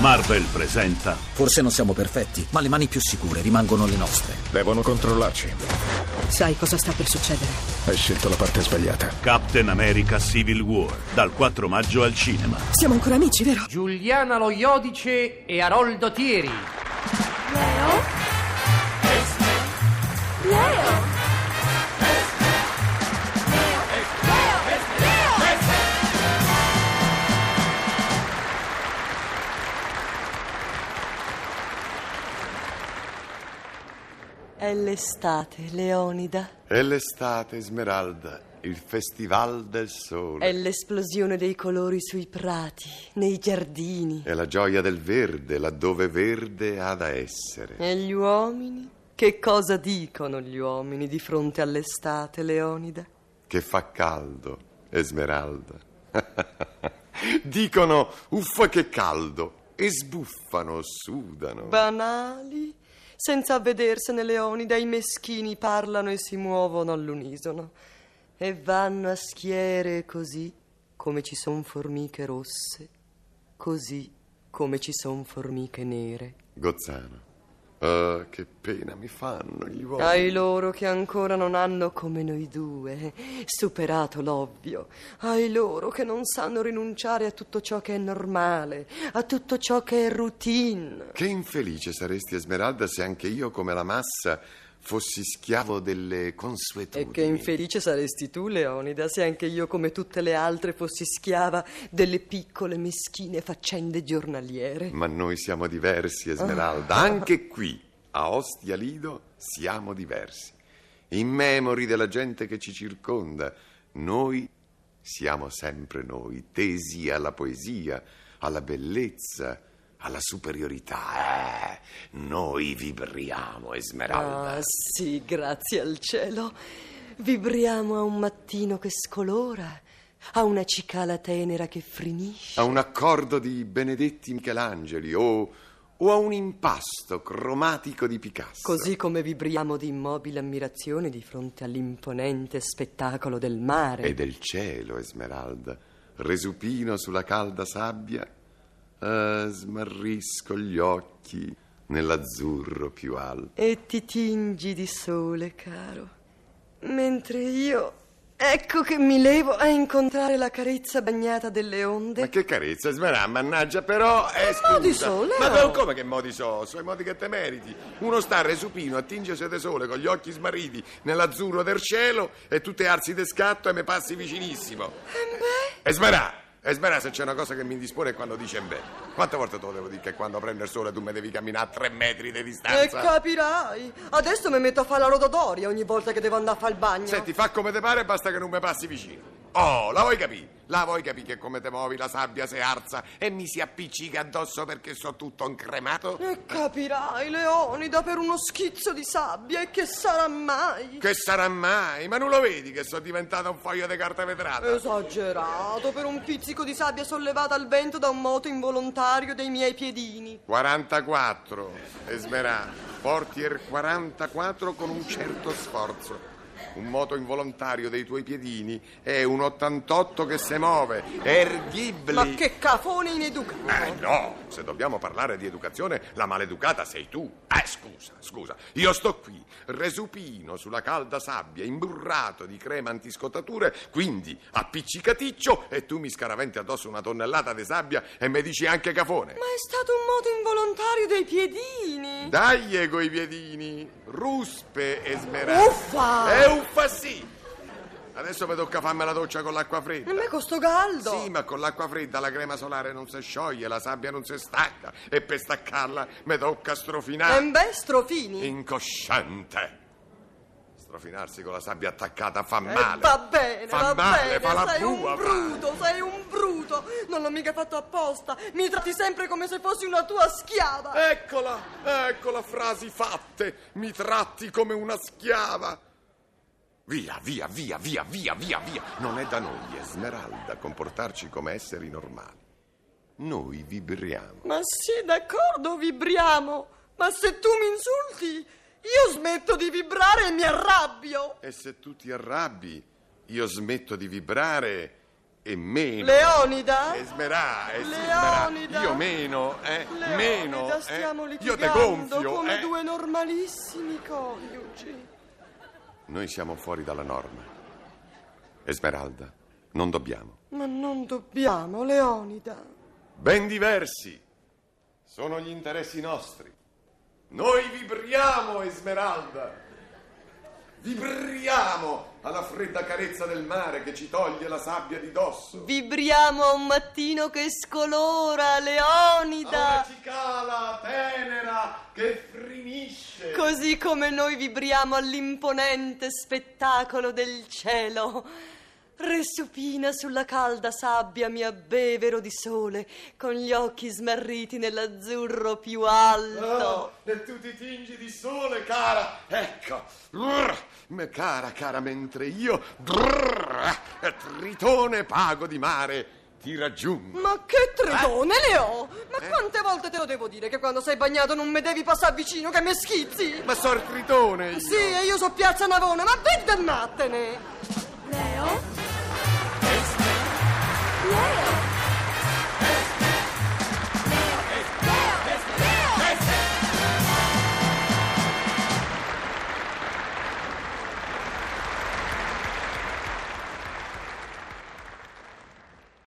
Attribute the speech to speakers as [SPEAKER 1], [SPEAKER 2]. [SPEAKER 1] Marvel presenta
[SPEAKER 2] Forse non siamo perfetti, ma le mani più sicure rimangono le nostre.
[SPEAKER 3] Devono controllarci.
[SPEAKER 4] Sai cosa sta per succedere?
[SPEAKER 3] Hai scelto la parte sbagliata.
[SPEAKER 1] Captain America Civil War dal 4 maggio al cinema.
[SPEAKER 4] Siamo ancora amici, vero?
[SPEAKER 5] Giuliana Lo Iodice e Aroldo Thieri.
[SPEAKER 6] Leo? Leo?
[SPEAKER 7] È l'estate, Leonida.
[SPEAKER 8] È l'estate, Esmeralda, il festival del sole.
[SPEAKER 7] È l'esplosione dei colori sui prati, nei giardini.
[SPEAKER 8] È la gioia del verde, laddove verde ha da essere.
[SPEAKER 7] E gli uomini? Che cosa dicono gli uomini di fronte all'estate, Leonida?
[SPEAKER 8] Che fa caldo, Esmeralda. Dicono, uffa che caldo, e sbuffano, sudano.
[SPEAKER 7] Banali? Senza avvedersene, Leonida, i meschini parlano e si muovono all'unisono. E vanno a schiere così come ci son formiche rosse, così come ci son formiche nere.
[SPEAKER 8] Gozzano. Ah, che pena mi fanno gli uomini.
[SPEAKER 7] Ai loro che ancora non hanno come noi due superato l'ovvio, ai loro che non sanno rinunciare a tutto ciò che è normale, a tutto ciò che è routine.
[SPEAKER 8] Che infelice saresti, Esmeralda, se anche io, come la massa, fossi schiavo delle consuetudini.
[SPEAKER 7] E che infelice saresti tu, Leonida, se anche io, come tutte le altre, fossi schiava delle piccole meschine faccende giornaliere.
[SPEAKER 8] Ma noi siamo diversi, Esmeralda. Anche qui, a Ostia Lido, siamo diversi. Immemori della gente che ci circonda, noi siamo sempre noi, tesi alla poesia, alla bellezza, alla superiorità. Eh, noi vibriamo, Esmeralda.
[SPEAKER 7] Ah, sì, grazie al cielo. Vibriamo a un mattino che scolora, a una cicala tenera che frinisce.
[SPEAKER 8] a un accordo di Benedetti Michelangeli o, o a un impasto cromatico di Picasso.
[SPEAKER 7] Così come vibriamo di immobile ammirazione di fronte all'imponente spettacolo del mare.
[SPEAKER 8] E del cielo, Esmeralda, resupino sulla calda sabbia, eh, smarrisco gli occhi nell'azzurro più alto.
[SPEAKER 7] E ti tingi di sole, caro. Mentre io. Ecco che mi levo a incontrare la carezza bagnata delle onde.
[SPEAKER 8] Ma che carezza, Esmeralda, mannaggia però... Eh, scusa.
[SPEAKER 7] modi so, Leo.
[SPEAKER 8] Ma però come che modi so? Sono i modi che te meriti. Uno sta resupino, attingersi de sole con gli occhi smarriti nell'azzurro del cielo e tu te arsi de scatto e mi passi vicinissimo. Esmeralda, Esmeralda, se c'è una cosa che mi indispone è quando dice in beh. Quante volte te lo devo dire che quando prendo il sole tu me devi camminare a tre metri di
[SPEAKER 7] E
[SPEAKER 8] distanza?
[SPEAKER 7] capirai! Adesso mi metto a fare la rododoria ogni volta che devo andare a fare il bagno.
[SPEAKER 8] Senti, fa come te pare, basta che non mi passi vicino. Oh, la vuoi capire? La vuoi capire che come te muovi la sabbia si alza e mi si appiccica addosso perché so tutto incremato?
[SPEAKER 7] E capirai, Leonida, per uno schizzo di sabbia, e che sarà mai?
[SPEAKER 8] Che sarà mai? Ma non lo vedi che sono diventata un foglio di carta vetrata?
[SPEAKER 7] Esagerato, per un pizzico di sabbia sollevata al vento da un moto involontario dei miei piedini.
[SPEAKER 8] 44, Esmerà, porti il 44 con un certo sforzo. Un moto involontario dei tuoi piedini è un 88 che si muove, è erghibile.
[SPEAKER 7] Ma che cafone ineducato!
[SPEAKER 8] Eh no, se dobbiamo parlare di educazione, la maleducata sei tu. Eh, scusa, scusa. Io sto qui, resupino sulla calda sabbia, imburrato di crema antiscottature, quindi appiccicaticcio e tu mi scaraventi addosso una tonnellata di sabbia e mi dici anche cafone.
[SPEAKER 7] Ma è stato un moto involontario dei piedini!
[SPEAKER 8] Dai coi piedini, ruspe e smeralde.
[SPEAKER 7] Uffa!
[SPEAKER 8] E uffa sì! Adesso mi tocca farmi la doccia con l'acqua fredda.
[SPEAKER 7] E me costo caldo!
[SPEAKER 8] Sì, ma con l'acqua fredda la crema solare non si scioglie, la sabbia non si stacca e per staccarla mi tocca
[SPEAKER 7] E
[SPEAKER 8] strofinare.
[SPEAKER 7] beh, strofini!
[SPEAKER 8] Incosciente! Strofinarsi con la sabbia attaccata fa
[SPEAKER 7] Eh,
[SPEAKER 8] male.
[SPEAKER 7] va bene,
[SPEAKER 8] fa
[SPEAKER 7] va
[SPEAKER 8] male,
[SPEAKER 7] bene,
[SPEAKER 8] fa la
[SPEAKER 7] sei
[SPEAKER 8] bua,
[SPEAKER 7] un
[SPEAKER 8] fa.
[SPEAKER 7] bruto, sei un bruto. Non l'ho mica fatto apposta. Mi tratti sempre come se fossi una tua schiava.
[SPEAKER 8] Eccola, eccola, frasi fatte. Mi tratti come una schiava. Via, via, via, via, via, via, via. Non è da noi, Esmeralda, comportarci come esseri normali. Noi vibriamo.
[SPEAKER 7] Ma sì, d'accordo, vibriamo. Ma se tu mi insulti, io smetto di vibrare e mi arrabbio.
[SPEAKER 8] E se tu ti arrabbi, io smetto di vibrare e meno.
[SPEAKER 7] Leonida?
[SPEAKER 8] Esmerà, eh, sì,
[SPEAKER 7] Leonida.
[SPEAKER 8] Esmerà. Io meno, eh?
[SPEAKER 7] Leonida,
[SPEAKER 8] meno. eh.
[SPEAKER 7] stiamo
[SPEAKER 8] Io te
[SPEAKER 7] litigando
[SPEAKER 8] gonfio,
[SPEAKER 7] come
[SPEAKER 8] eh?
[SPEAKER 7] due normalissimi coniugi.
[SPEAKER 8] Noi siamo fuori dalla norma. Esmeralda, non dobbiamo.
[SPEAKER 7] Ma non dobbiamo, Leonida.
[SPEAKER 8] Ben diversi sono gli interessi nostri. Noi vibriamo, Esmeralda. Vibriamo alla fredda carezza del mare che ci toglie la sabbia di dosso.
[SPEAKER 7] Vibriamo a un mattino che scolora,
[SPEAKER 8] A una
[SPEAKER 7] Leonida.
[SPEAKER 8] cicala tenera che frinisce.
[SPEAKER 7] Così come noi vibriamo all'imponente spettacolo del cielo. Resupina sulla calda sabbia mi abbevero di sole, con gli occhi smarriti nell'azzurro più alto.
[SPEAKER 8] Oh, e tu ti tingi di sole, cara. Ecco. Brr. Ma Cara, cara, mentre io, brr, tritone pago di mare, ti raggiungo.
[SPEAKER 7] Ma che tredone, Leo! Ma quante volte te lo devo dire che quando sei bagnato non mi devi passare vicino che mi schizzi?
[SPEAKER 8] Ma so il tritone! io.
[SPEAKER 7] Sì, e io so Piazza Navona, ma vendermattene!
[SPEAKER 6] Leo. Leo.